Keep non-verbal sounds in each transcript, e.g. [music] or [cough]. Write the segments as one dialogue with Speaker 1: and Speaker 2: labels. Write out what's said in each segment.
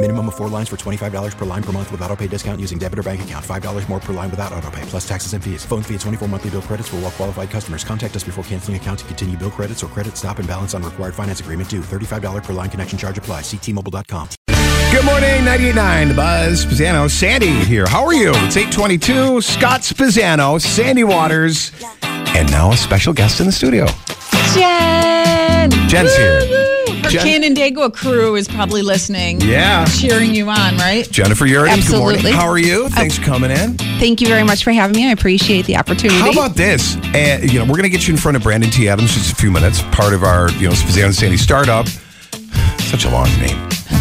Speaker 1: Minimum of four lines for $25 per line per month with auto pay discount using debit or bank account. $5 more per line without auto pay, plus taxes and fees. Phone fee at 24 monthly bill credits for all well qualified customers. Contact us before canceling account to continue bill credits or credit stop and balance on required finance agreement due. $35 per line connection charge apply. Ctmobile.com.
Speaker 2: Good morning, 98.9 The Buzz. Pisano, Sandy here. How are you? It's 822. Scott Pisano, Sandy Waters, and now a special guest in the studio.
Speaker 3: Jen.
Speaker 2: Jen's here.
Speaker 3: Her
Speaker 2: Jen-
Speaker 3: Canandaigua crew is probably listening.
Speaker 2: Yeah.
Speaker 3: Cheering you on, right?
Speaker 2: Jennifer Yurdy, good
Speaker 3: Absolutely.
Speaker 2: morning.
Speaker 3: Oh.
Speaker 2: How are you? Thanks for coming in.
Speaker 4: Thank you very much for having me. I appreciate the opportunity.
Speaker 2: How about this? Uh, you know, we're going to get you in front of Brandon T. Adams in just a few minutes. Part of our, you know, Spazano and Sandy startup. Such a long name.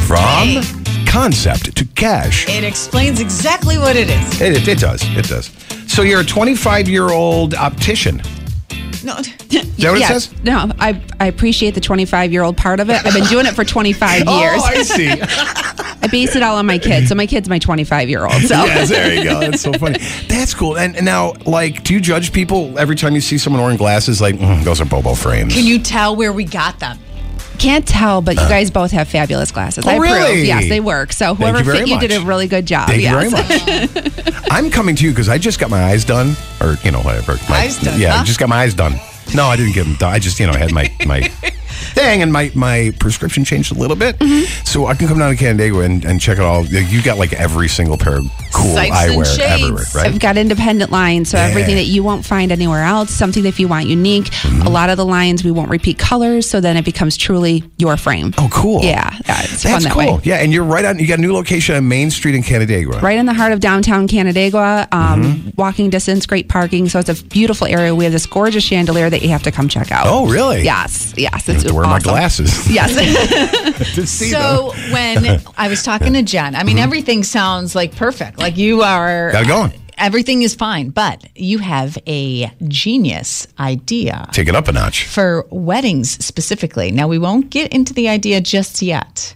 Speaker 2: From concept to cash.
Speaker 3: It explains exactly what it is.
Speaker 2: It, it, it does. It does. So you're a 25 year old optician.
Speaker 3: No. [laughs]
Speaker 2: Is that what
Speaker 4: Yeah.
Speaker 2: it says?
Speaker 4: No, I, I appreciate the 25 year old part of it. I've been doing it for 25 years.
Speaker 2: [laughs] Oh, I see.
Speaker 3: [laughs]
Speaker 4: I base it all on my kids. So my kid's my 25 year old. So
Speaker 3: [laughs]
Speaker 2: yes, there you go. That's so funny. That's cool. And, and now, like, do you judge people every time you see someone wearing glasses? Like, "Mm, those are Bobo frames.
Speaker 3: Can you tell where we got them?
Speaker 4: can't tell, but you guys both have fabulous glasses.
Speaker 2: Oh,
Speaker 4: I approve.
Speaker 2: really?
Speaker 4: Yes, they work. So
Speaker 2: Thank you
Speaker 4: whoever
Speaker 2: very
Speaker 4: fit you did
Speaker 2: much.
Speaker 4: a really good job.
Speaker 2: Thank
Speaker 4: yes. [laughs]
Speaker 2: you very
Speaker 3: [laughs]
Speaker 2: much. I'm coming to you because I just got my eyes done, or you know whatever. My,
Speaker 3: Eyes done,
Speaker 2: Yeah, I
Speaker 3: huh?
Speaker 2: just got my eyes done. No, I didn't get them done. I just you know I had my
Speaker 3: [laughs]
Speaker 2: my thing, and my my prescription changed a little bit,
Speaker 3: Mm-hmm.
Speaker 2: so I can come down to Canandaigua and, and check it all. You got like every single pair of cool
Speaker 3: Sipes and
Speaker 2: eyewear
Speaker 3: shades.
Speaker 2: everywhere,
Speaker 4: I've
Speaker 2: right?
Speaker 4: got independent lines, so everything
Speaker 2: Yeah.
Speaker 4: that you won't find anywhere else, something that if you want unique,
Speaker 2: Mm-hmm.
Speaker 4: a lot of the lines we won't repeat colors, so then it becomes truly your frame.
Speaker 2: Oh, cool.
Speaker 4: Yeah, yeah, it's fun
Speaker 2: That's
Speaker 4: that
Speaker 2: cool.
Speaker 4: way.
Speaker 2: Yeah, and you're right on. You got a new location on Main Street in Canandaigua.
Speaker 4: right in the heart of downtown Canandaigua. Um,
Speaker 2: Mm-hmm.
Speaker 4: Walking distance, great parking. So it's a beautiful area. We have this gorgeous chandelier that you have to come check out.
Speaker 2: Oh, really?
Speaker 4: Yes, yes.
Speaker 2: I
Speaker 4: It's
Speaker 2: have to wear my
Speaker 4: awesome.
Speaker 2: glasses.
Speaker 4: Yes.
Speaker 2: to see them.
Speaker 3: [laughs] So
Speaker 2: [laughs]
Speaker 3: when I was talking to Jen, I mean
Speaker 2: Mm-hmm.
Speaker 3: everything sounds like perfect. Like you are
Speaker 2: Got it going.
Speaker 3: Everything is fine, but you have a genius idea
Speaker 2: Take it up a notch.
Speaker 3: for weddings specifically. Now we won't get into the idea just yet.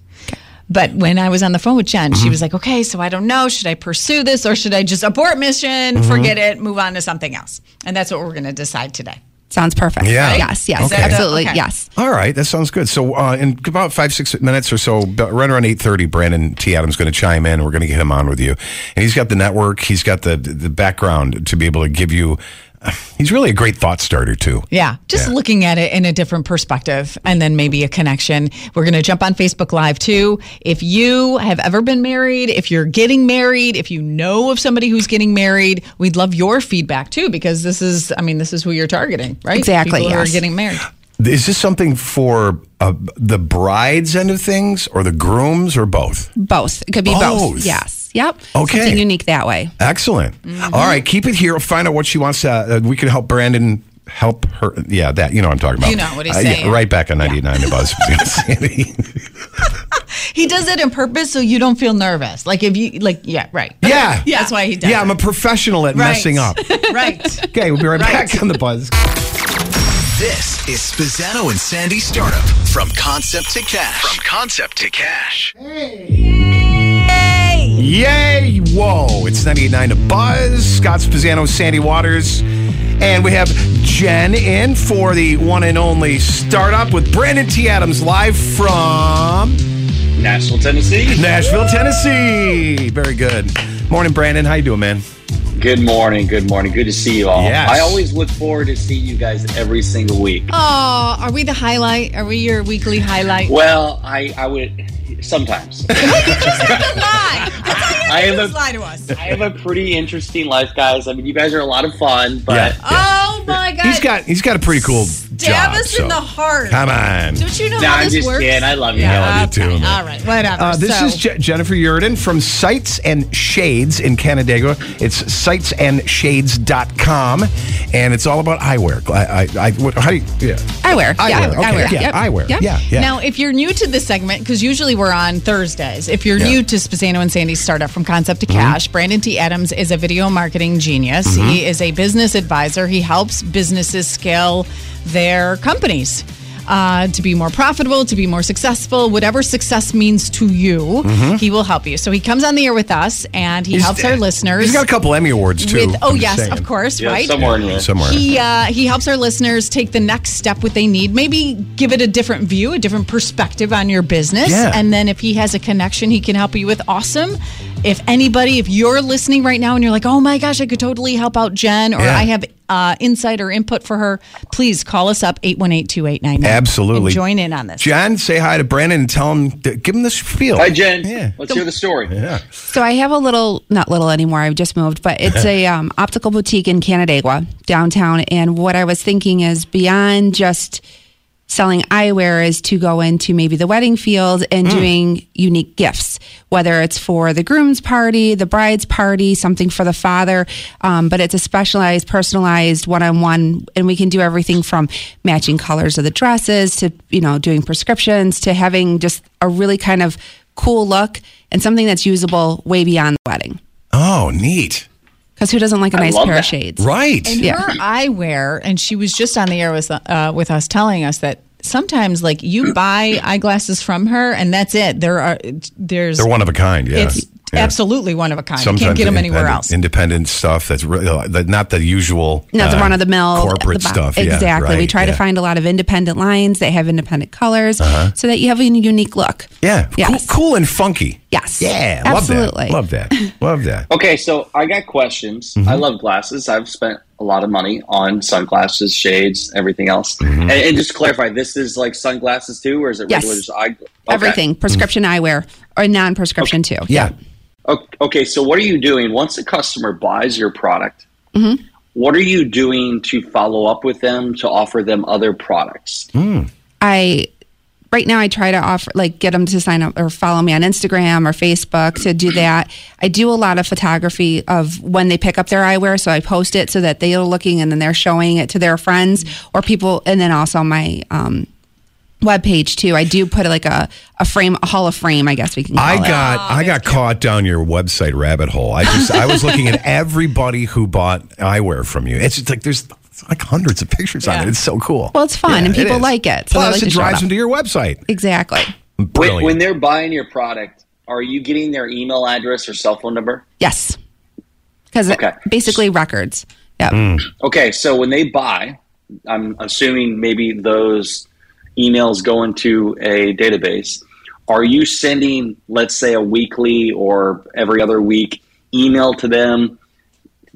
Speaker 3: But when I was on the phone with Jen,
Speaker 4: Mm-hmm.
Speaker 3: she was like, "Okay, so I don't know, should I pursue this or should I just abort mission,
Speaker 4: Mm-hmm.
Speaker 3: forget it, move on to something else?" And that's what we're going to decide today.
Speaker 4: Sounds perfect.
Speaker 2: Yeah.
Speaker 4: Yes, yes,
Speaker 2: Okay.
Speaker 4: absolutely.
Speaker 3: Okay.
Speaker 4: Yes.
Speaker 2: All right, that sounds good. So, uh, in about five six minutes or so, b- right around eight thirty, Brandon T. Adams going to chime in. We're going to get him on with you, and he's got the network, he's got the the background to be able to give you. [sighs] He's really a great thought starter too.
Speaker 3: Yeah, just
Speaker 2: Yeah.
Speaker 3: looking at it in a different perspective and then maybe a connection. We're going to jump on Facebook Live too. If you have ever been married, if you're getting married, if you know of somebody who's getting married, we'd love your feedback too because this is, I mean, this is who you're targeting, right?
Speaker 4: Exactly,
Speaker 3: People who
Speaker 4: yes.
Speaker 3: are getting married.
Speaker 2: Is this something for uh, the bride's end of things, or the groom's, or both?
Speaker 4: Both. It could be both.
Speaker 2: Both.
Speaker 4: Yes. Yep.
Speaker 2: Okay.
Speaker 4: Something unique that way.
Speaker 2: Excellent.
Speaker 3: Mm-hmm.
Speaker 2: All right, keep it here. Find out what she wants. To, uh, we can help Brandon help her. Yeah, that you know what I'm talking about. Uh,
Speaker 3: You know what he's
Speaker 2: yeah,
Speaker 3: saying.
Speaker 2: right back on 99 the
Speaker 3: [laughs]
Speaker 2: buzz.
Speaker 3: He does it on purpose so you don't feel nervous. Like if you, like, yeah, right.
Speaker 2: Yeah.
Speaker 3: [laughs] Yeah. [laughs] That's why he does
Speaker 2: Yeah, I'm a
Speaker 3: it.
Speaker 2: professional at
Speaker 3: Right.
Speaker 2: messing up.
Speaker 3: [laughs] right.
Speaker 2: Okay, we'll be right, back on the buzz.
Speaker 5: This is Spazzano and Sandy Startup from concept to cash. From concept to cash.
Speaker 2: Yay! Whoa! It's 98.9 to Buzz. Scott Spazzano, Sandy Waters, and we have Jen in for the one and only startup with Brandon T. Adams live from
Speaker 6: Nashville, Tennessee.
Speaker 2: Nashville, Tennessee. Very good. Morning, Brandon. How you doing, man?
Speaker 6: Good morning. Good morning. Good to see you all.
Speaker 2: Yes.
Speaker 6: I always look forward to see you guys every single week.
Speaker 3: Oh, are we the highlight? Are we your weekly highlight?
Speaker 6: Well, I, I would
Speaker 4: [laughs]
Speaker 6: sometimes.
Speaker 3: Lie.
Speaker 6: I am
Speaker 3: Just
Speaker 6: a
Speaker 3: lie to us.
Speaker 6: I have a pretty interesting life, guys. I mean, you guys are a lot of fun, but
Speaker 2: Yeah.
Speaker 3: Oh
Speaker 7: Oh my God.
Speaker 2: He's got he's got a pretty cool
Speaker 7: Stab
Speaker 2: job.
Speaker 7: us in
Speaker 2: so.
Speaker 7: the heart.
Speaker 2: Come on.
Speaker 7: Don't you know
Speaker 6: No,
Speaker 7: how
Speaker 6: I'm
Speaker 7: this
Speaker 6: just
Speaker 7: works?
Speaker 6: kidding. I love you.
Speaker 2: I love you
Speaker 7: okay.
Speaker 2: too, man.
Speaker 7: All right, whatever.
Speaker 2: Uh, this
Speaker 7: so,
Speaker 2: is Je- Jennifer Yurden from Sights and Shades in Canandaigua. It's sightsandshades.com, and it's all about eyewear. I, I, I what, how do you, yeah.
Speaker 4: Eyewear.
Speaker 2: Eyewear.
Speaker 4: Yeah,
Speaker 2: okay.
Speaker 4: eyewear.
Speaker 2: Yeah,
Speaker 4: Yep.
Speaker 2: eyewear.
Speaker 4: Yep.
Speaker 2: Yeah, yeah.
Speaker 3: Now, if you're new to this segment, because usually we're on Thursdays, if you're
Speaker 2: Yeah. Mm-hmm.
Speaker 3: new to Spazano and Sandy's startup from concept to cash, Brandon T. Adams is a video marketing genius. He is a business advisor. He helps businesses scale their companies uh, to be more profitable, to be more successful, whatever success means to you, he will help you. So he comes on the air with us and he
Speaker 2: Mm-hmm. He's-
Speaker 3: helps our listeners.
Speaker 2: He's got a couple Emmy Awards, too.
Speaker 3: with, oh
Speaker 2: I'm just
Speaker 3: yes,
Speaker 2: saying.
Speaker 3: of course,
Speaker 6: Yeah,
Speaker 3: right?
Speaker 6: somewhere in there.
Speaker 2: Somewhere.
Speaker 3: He uh, he helps our listeners take the next step what they need, maybe give it a different view, a different perspective on your business,
Speaker 2: Yeah.
Speaker 3: and then if he has a connection, he can help you with. Awesome. If anybody, if you're listening right now and you're like, oh my gosh, I could totally help out Jen, or
Speaker 2: Yeah.
Speaker 3: I have uh, insight or input for her, please call us up 818 2899.
Speaker 2: Absolutely.
Speaker 3: Join in on this.
Speaker 2: John, say hi to Brandon and tell him, give him this feel.
Speaker 6: Hi, Jen.
Speaker 2: Yeah.
Speaker 6: Let's hear the story.
Speaker 2: Yeah.
Speaker 4: So I have a little, not little anymore. I've just moved, but it's a um, optical boutique in Canandaigua downtown. And what I was thinking is beyond just selling eyewear is to go into maybe the wedding field and doing unique gifts, whether it's for the groom's party, the bride's party, something for the father. Um, but it's a specialized, personalized one-on-one, and we can do everything from matching colors of the dresses to you know doing prescriptions to having just a really kind of cool look and something that's usable way beyond the wedding.
Speaker 2: Oh, neat.
Speaker 4: Because who doesn't like a
Speaker 6: I
Speaker 4: nice
Speaker 6: love
Speaker 4: pair
Speaker 6: that.
Speaker 4: of shades?
Speaker 2: Right.
Speaker 3: And
Speaker 4: Yeah.
Speaker 3: her eyewear, and she was just on the air with uh, with us telling us that sometimes, like, you buy eyeglasses from her, and that's it. There are there's
Speaker 2: They're one of a kind. Yeah.
Speaker 3: it's
Speaker 2: Yeah.
Speaker 3: absolutely one of a kind. you can't get them anywhere
Speaker 2: independent-
Speaker 3: else.
Speaker 2: Independent stuff that's really that- not the usual,
Speaker 4: Not the
Speaker 2: uh,
Speaker 4: run of the mill
Speaker 2: corporate stuff. Yeah,
Speaker 4: Exactly. we
Speaker 2: right,
Speaker 4: try to
Speaker 2: yeah. Uh-huh.
Speaker 4: find a lot of independent lines that have independent colors so that you have a unique look.
Speaker 2: Yeah,
Speaker 4: Yes.
Speaker 2: cool, cool and funky.
Speaker 4: Yes.
Speaker 2: Yeah,
Speaker 4: Absolutely. [laughs]
Speaker 2: Love that. Love that. Love that.
Speaker 6: Okay, so I got questions.
Speaker 2: Mm-hmm.
Speaker 6: I love glasses. I've spent a lot of money on sunglasses, shades, everything else.
Speaker 2: Mm-hmm.
Speaker 6: And, and just to clarify, this is like sunglasses too, or is it
Speaker 4: Yes.
Speaker 6: regular just eye? okay.
Speaker 4: Everything, prescription eyewear or non prescription too.
Speaker 2: Yeah.
Speaker 6: O- Okay, so what are you doing once a customer buys your product?
Speaker 4: Mm-hmm.
Speaker 6: What are you doing to follow up with them to offer them other products?
Speaker 2: Hmm.
Speaker 4: I right now I try to offer like get them to sign up or follow me on Instagram or Facebook to
Speaker 6: Mm-hmm.
Speaker 4: do that. I do a lot of photography of when they pick up their eyewear, so I post it so that they are looking and then they're showing it to their friends or people, and then also my um, web page too. I do put like a a frame, a hall of frame, I guess we can. Call
Speaker 2: I
Speaker 4: it.
Speaker 2: got I got caught down your website rabbit hole. I just I was looking at everybody who bought eyewear from you. It's just like there's like hundreds of pictures on it. It's so cool.
Speaker 4: Well, it's fun, and people
Speaker 2: is.
Speaker 4: like it, so I
Speaker 2: Plus,
Speaker 4: like to
Speaker 2: it
Speaker 4: show it
Speaker 2: drives
Speaker 4: off.
Speaker 2: them to your website.
Speaker 4: exactly.
Speaker 6: When-
Speaker 2: Brilliant.
Speaker 6: When they're buying your product, are you getting their email address or cell phone number?
Speaker 4: Yes, because
Speaker 6: Okay.
Speaker 4: basically records. Yeah.
Speaker 2: Hmm.
Speaker 6: Okay, so when they buy, I'm assuming maybe those emails go into a database. Are you sending, let's say, a weekly or every other week email to them?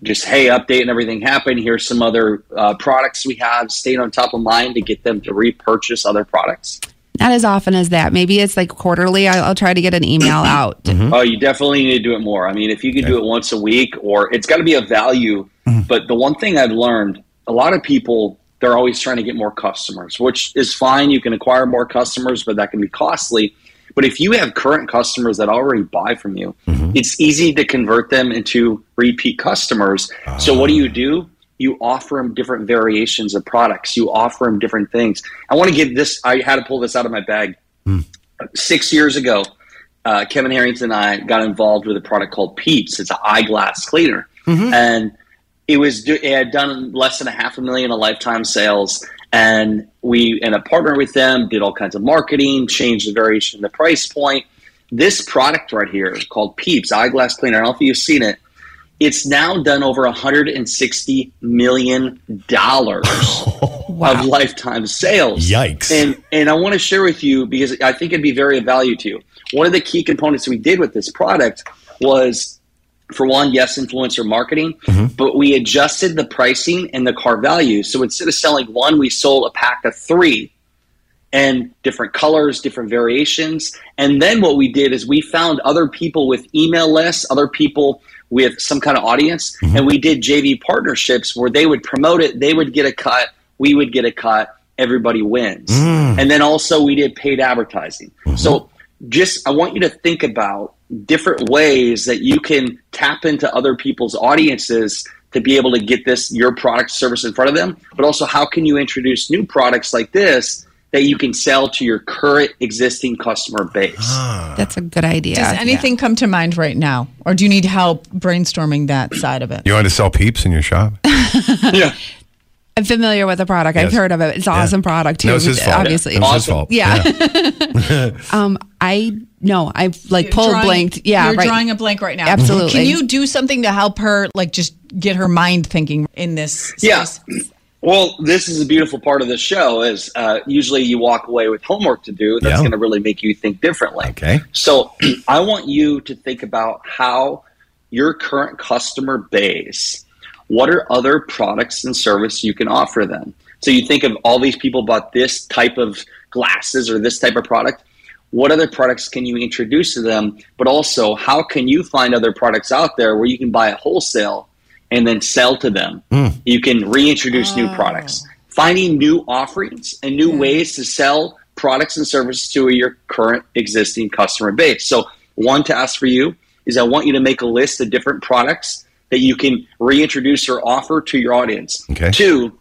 Speaker 6: Just hey, update and everything happened. Here's some other uh, products we have. Staying on top of mind to get them to repurchase other products.
Speaker 4: Not as often as that. Maybe it's like quarterly. I'll, I'll try to get an email
Speaker 2: [clears throat]
Speaker 4: out.
Speaker 6: Oh, you definitely need to do it more. I mean, if you could do it once a week, or it's got to be a value. But the one thing I've learned, a lot of people they're always trying to get more customers, which is fine. You can acquire more customers, but that can be costly. But if you have current customers that already buy from you, it's easy to convert them into repeat customers. So what do you do? You offer them different variations of products. You offer them different things. I want to get this. I had to pull this out of my bag six years ago, uh, Kevin Harrington and I got involved with a product called Peeps. It's an eyeglass cleaner, and it was do- it had done less than a half a million a lifetime sales. And we and a partner with them did all kinds of marketing, changed the variation, the price point. This product right here called Peeps eyeglass cleaner. I don't know if you've seen it. It's now done over 160 million dollars of lifetime sales.
Speaker 2: Yikes.
Speaker 6: And and I want to share with you because I think it'd be very of value to you. One of the key components we did with this product was for one, yes, influencer marketing, but we adjusted the pricing and the car value. So instead of selling one, we sold a pack of three and different colors, different variations. And then what we did is we found other people with email lists, other people with some kind of audience, and we did JV partnerships where they would promote it, they would get a cut, we would get a cut, everybody wins. And then also we did paid advertising. So just I want you to think about different ways that you can tap into other people's audiences to be able to get this your product service in front of them, but also how can you introduce new products like this that you can sell to your current existing customer base?
Speaker 2: Ah.
Speaker 4: That's a good idea.
Speaker 3: Does anything come to mind right now, or do you need help brainstorming that side of it?
Speaker 2: You want to sell peeps in your shop?
Speaker 6: yeah.
Speaker 4: I'm familiar with the product.
Speaker 2: Yes.
Speaker 4: I've heard of it. It's an awesome product too.
Speaker 2: No,
Speaker 3: [laughs]
Speaker 2: it's his fault.
Speaker 4: Obviously.
Speaker 2: It was his
Speaker 6: Awesome.
Speaker 2: fault.
Speaker 4: Yeah. Um, I no, I like pulled
Speaker 3: Drawing-
Speaker 4: blanked. Yeah,
Speaker 3: you're
Speaker 4: right.
Speaker 3: drawing a blank right now.
Speaker 4: Absolutely.
Speaker 3: Can you do something to help her, like just get her mind thinking in this?
Speaker 6: Yeah.
Speaker 3: space?
Speaker 6: Well, this is a beautiful part of the show. Is uh, usually you walk away with homework to do that's
Speaker 2: Yeah.
Speaker 6: going to really make you think differently.
Speaker 2: [laughs] Okay.
Speaker 6: So [clears throat] I want you to think about how your current customer base, what are other products and service you can offer them? So you think of all these people bought this type of glasses or this type of product. What other products can you introduce to them? But also, how can you find other products out there where you can buy at wholesale and then sell to them? You can reintroduce new products, finding new offerings and new ways to sell products and services to your current existing customer base. So, one task for you is I want you to make a list of different products that you can reintroduce or offer to your audience.
Speaker 2: Okay.
Speaker 6: Two,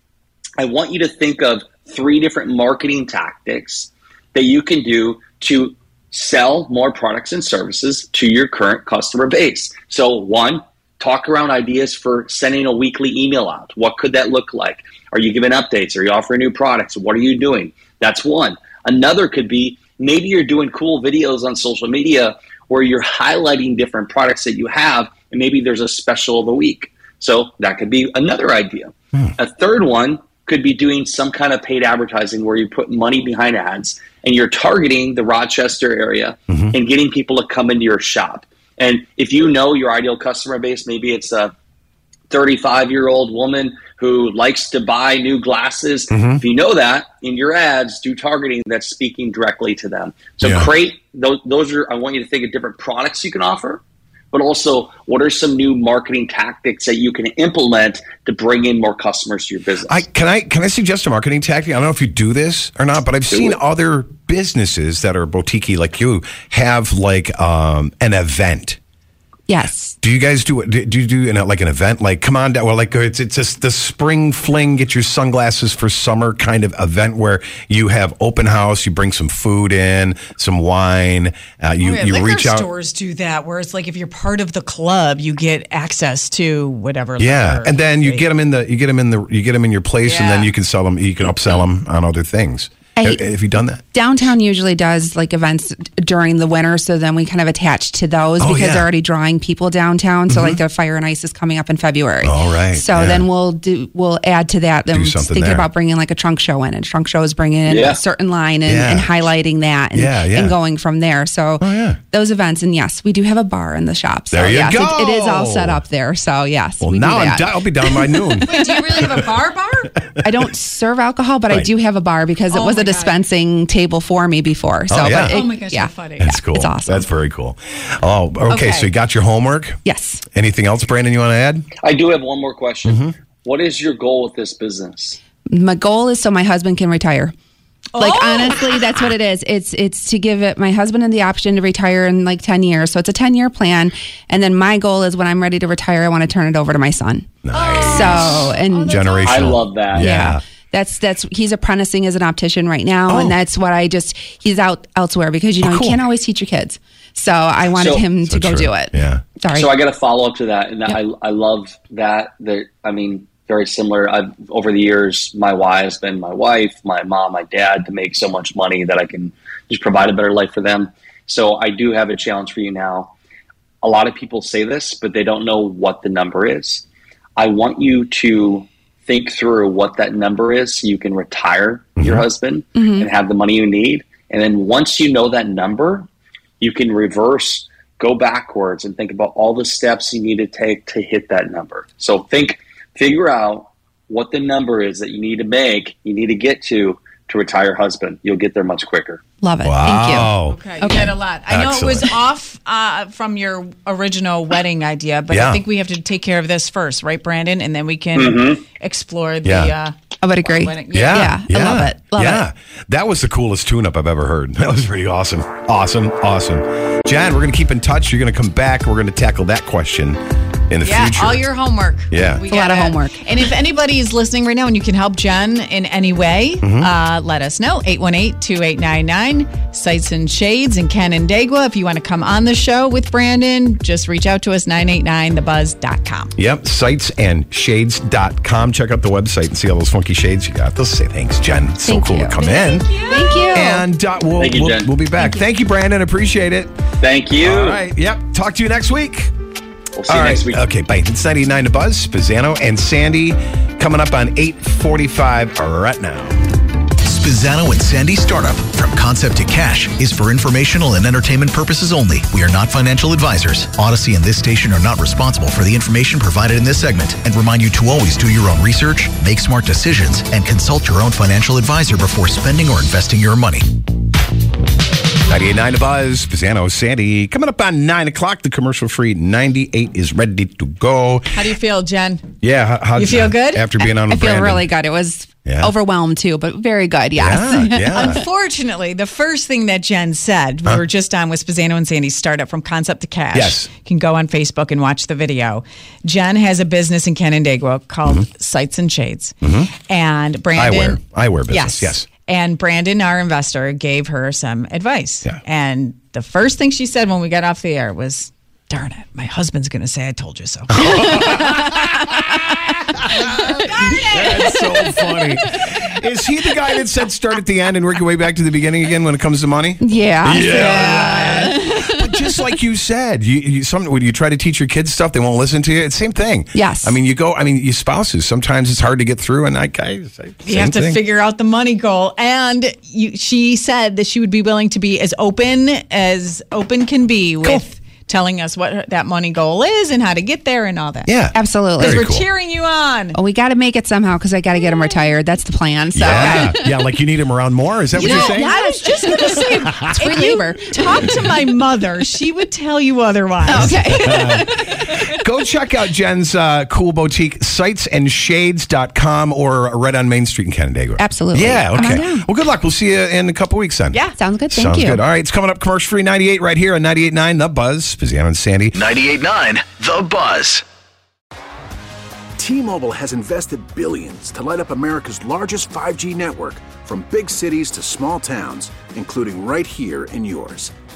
Speaker 6: I want you to think of three different marketing tactics that you can do to sell more products and services to your current customer base. So, one, talk around ideas for sending a weekly email out. What could that look like? Are you giving updates? Are you offering new products? What are you doing? That's one. Another could be maybe you're doing cool videos on social media where you're highlighting different products that you have, and maybe there's a special of the week. So, that could be another idea. A third one could be doing some kind of paid advertising where you put money behind ads and you're targeting the Rochester area and getting people to come into your shop. And if you know your ideal customer base, maybe it's a 35 year old woman who likes to buy new glasses. If you know that in your ads, do targeting that's speaking directly to them. So
Speaker 2: Yeah.
Speaker 6: create those, those are, I want you to think of different products you can offer, but also what are some new marketing tactics that you can implement to bring in more customers to your business?
Speaker 2: I can I can I suggest a marketing tactic? I don't know if you do this or not, but I've seen other businesses that are boutique like you have like um, an event.
Speaker 4: yes.
Speaker 2: Do you guys do do do you do an, like an event? Like come on down, well like it's it's just the spring fling, get your sunglasses for summer kind of event where you have open house, you bring some food in, some wine, uh, you
Speaker 3: Oh, yeah,
Speaker 2: you
Speaker 3: liquor
Speaker 2: reach out.
Speaker 3: stores do that, where it's like if you're part of the club, you get access to whatever.
Speaker 2: Yeah,
Speaker 3: liquor
Speaker 2: and then you
Speaker 3: they-
Speaker 2: get them in the you get them in the you get them in your place, and then
Speaker 3: Yeah.
Speaker 2: you can sell them. You can upsell them on other things.
Speaker 4: I-
Speaker 2: have, have you done that?
Speaker 4: Downtown usually does like events during the winter, so then we kind of attach to those
Speaker 2: Oh,
Speaker 4: because
Speaker 2: yeah.
Speaker 4: they're already drawing people downtown. So like the fire and ice is coming up in February.
Speaker 2: Mm-hmm. All right,
Speaker 4: So
Speaker 2: yeah.
Speaker 4: then we'll do we'll add to that. Then
Speaker 2: Do
Speaker 4: we're
Speaker 2: something
Speaker 4: thinking
Speaker 2: there.
Speaker 4: about bringing like a trunk show in, and trunk show is bringing in
Speaker 6: Yeah.
Speaker 4: a certain line and,
Speaker 2: Yeah.
Speaker 4: and highlighting that, and,
Speaker 2: Yeah, yeah.
Speaker 4: and going from there. So
Speaker 2: Oh, yeah.
Speaker 4: those events, and yes, we do have a bar in the shop. So
Speaker 2: There you
Speaker 4: yes, it- it is all
Speaker 2: go.
Speaker 4: set up there. So yes,
Speaker 2: Well,
Speaker 4: we do
Speaker 2: now I'm
Speaker 4: that.
Speaker 2: di- I'll be down
Speaker 4: [laughs]
Speaker 2: by noon.
Speaker 3: Do you really have a bar? Bar?
Speaker 4: I don't serve alcohol, but I
Speaker 2: Right.
Speaker 4: do have a bar because it was
Speaker 3: Oh my
Speaker 4: a
Speaker 3: God.
Speaker 4: dispensing table for me before. So,
Speaker 2: Oh, yeah.
Speaker 4: but
Speaker 2: Oh
Speaker 4: it-
Speaker 3: my gosh,
Speaker 4: yeah,
Speaker 3: how funny.
Speaker 2: That's cool.
Speaker 4: It's awesome.
Speaker 2: That's very cool. Oh, okay, So you got your homework.
Speaker 4: yes.
Speaker 2: Anything else, Brandon? You want to add?
Speaker 6: I do have one more question.
Speaker 2: Mm-hmm.
Speaker 6: What is your goal with this business?
Speaker 4: My goal is so my husband can retire. Like
Speaker 3: Oh!
Speaker 4: honestly, that's what it is. It's it's to give it my husband the option to retire in like ten years. So it's a ten year plan, and then my goal is when I'm ready to retire, I want to turn it over to my son.
Speaker 2: Nice.
Speaker 4: So
Speaker 3: Oh,
Speaker 4: and
Speaker 2: Generational.
Speaker 6: I love that.
Speaker 2: Yeah.
Speaker 4: That's that's he's apprenticing as an optician right now,
Speaker 2: Oh.
Speaker 4: and that's what I just he's out elsewhere because you know
Speaker 2: cool.
Speaker 4: you can't always teach your kids. So I wanted
Speaker 6: So-
Speaker 4: him
Speaker 2: So
Speaker 4: to go
Speaker 2: true.
Speaker 4: do it.
Speaker 2: Yeah.
Speaker 4: Sorry.
Speaker 6: So I got to follow up to that, and I I love that. That I mean, very similar. I've over the years, my wife has been my wife, my mom, my dad, to make so much money that I can just provide a better life for them. So I do have a challenge for you now. A lot of people say this, but they don't know what the number is. I want you to think through what that number is so you can retire your husband and have the money you need. And then once you know that number, you can reverse, go backwards, and think about all the steps you need to take to hit that number. So think, figure out what the number is that you need to make, you need to get to to retire husband. You'll get there much quicker.
Speaker 4: Love it.
Speaker 2: Wow.
Speaker 3: Okay, you did a lot. I know it was
Speaker 2: Excellent.
Speaker 3: off uh, from your original wedding idea, but
Speaker 2: Yeah.
Speaker 3: I think we have to take care of this first, right, Brandon? And then we can explore the.
Speaker 2: Yeah.
Speaker 3: Uh,
Speaker 4: I would agree.
Speaker 3: wedding-
Speaker 2: Yeah,
Speaker 4: Yeah, I love it. Love
Speaker 2: yeah, that was the coolest tune-up I've ever heard. [laughs] That was pretty awesome. Awesome, awesome. Jan, we're going to keep in touch. You're going to come back. We're going to tackle that question in the
Speaker 3: Yeah,
Speaker 2: future.
Speaker 3: all your homework.
Speaker 2: Yeah.
Speaker 3: We
Speaker 2: It's
Speaker 4: a lot of
Speaker 3: gotta-
Speaker 4: homework.
Speaker 3: And if anybody is listening right now and you can help Jen in any way,
Speaker 2: Mm-hmm.
Speaker 3: uh, let us know. 818-2899, Sights and Shades in Canandaigua. If you want to come on the show with Brandon, just reach out to us, 989thebuzz.com.
Speaker 2: Yep, sightsandshades.com. Check out the website and see all those funky shades you got. They'll say thanks, Jen. It's so
Speaker 4: Thank
Speaker 2: cool
Speaker 4: you.
Speaker 2: to come in.
Speaker 4: Thank you.
Speaker 2: And uh, we'll,
Speaker 6: Thank you,
Speaker 2: we'll,
Speaker 6: Jen.
Speaker 2: we'll be back. Thank you. Brandon. Appreciate it.
Speaker 6: Thank you.
Speaker 2: All right. Yep. Talk to you next week.
Speaker 6: We'll see you next week.
Speaker 2: Okay, bye. It's 99 to Buzz, Spazzano, and Sandy coming up on 845 right now.
Speaker 5: Spizzano and Sandy Startup from concept to cash is for informational and entertainment purposes only. We are not financial advisors. Odyssey and this station are not responsible for the information provided in this segment and remind you to always do your own research, make smart decisions, and consult your own financial advisor before spending or investing your money.
Speaker 2: 98.9 to Buzz, Spazzano, Sandy. Coming up on 9 o'clock, the commercial free 98 is ready to go.
Speaker 3: How do you feel, Jen?
Speaker 2: Yeah. How, how'd
Speaker 3: You feel good?
Speaker 2: After being on
Speaker 4: I
Speaker 2: with
Speaker 4: feel
Speaker 2: Brandon.
Speaker 4: really good. It was
Speaker 2: Yeah.
Speaker 4: overwhelmed too, but very good. Yes. [laughs]
Speaker 2: Yeah, yeah.
Speaker 3: Unfortunately, the first thing that Jen said, we were just on with Spazzano and Sandy's startup from concept to cash.
Speaker 2: Yes.
Speaker 3: You can go on Facebook and watch the video. Jen has a business in Canandaigua called
Speaker 2: Mm-hmm.
Speaker 3: Sights and Shades. And
Speaker 2: Eyewear.
Speaker 3: Brandon.
Speaker 2: Eyewear business, yes.
Speaker 3: And Brandon, our investor, gave her some advice.
Speaker 2: Yeah.
Speaker 3: And the first thing she said when we got off the air was, Darn it, my husband's going to say I told you so.
Speaker 2: [laughs] That's so funny. Is he the guy that said start at the end and work your way back to the beginning again when it comes to money?
Speaker 4: Yeah.
Speaker 2: but just like you said, you, you some when you try to teach your kids stuff, they won't listen to you. It's the same thing.
Speaker 4: Yes.
Speaker 2: I mean, you go. I mean, you spouses. Sometimes it's hard to get through, and I, I
Speaker 3: you have to figure out the money goal and you, she said that she would be willing to be as open as open can be with telling us what her- that money goal is and how to get there and all that
Speaker 2: Yeah,
Speaker 4: Absolutely.
Speaker 2: Very
Speaker 3: we're
Speaker 2: cool.
Speaker 3: cheering you on
Speaker 6: Oh,
Speaker 4: Well, we got to make it somehow because I got to get him retired. That's the plan. So
Speaker 2: Yeah, yeah. Like you need them around more. Is that what
Speaker 3: You
Speaker 2: you're
Speaker 3: know,
Speaker 2: saying?
Speaker 3: I was just going to [laughs] say, if
Speaker 4: free
Speaker 3: you
Speaker 4: labor.
Speaker 3: talk to my mother, she would tell you otherwise.
Speaker 4: okay.
Speaker 2: [laughs] Go check out Jen's uh, cool boutique, sightsandshades.com or right on Main Street in Canandaigua.
Speaker 4: Absolutely.
Speaker 2: Yeah,
Speaker 4: Come on
Speaker 2: okay.
Speaker 4: down.
Speaker 2: Well, good luck. We'll see you in a couple weeks then.
Speaker 3: Yeah.
Speaker 4: Sounds good. Thank
Speaker 2: Sounds
Speaker 4: you.
Speaker 2: good. All right, it's coming up commercial free 98 right here on 98.9 The Buzz. Pizziano and Sandy.
Speaker 5: 98.9 The Buzz.
Speaker 7: T-Mobile has invested billions to light up America's largest 5G network from big cities to small towns, including right here in yours.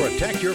Speaker 8: Protect your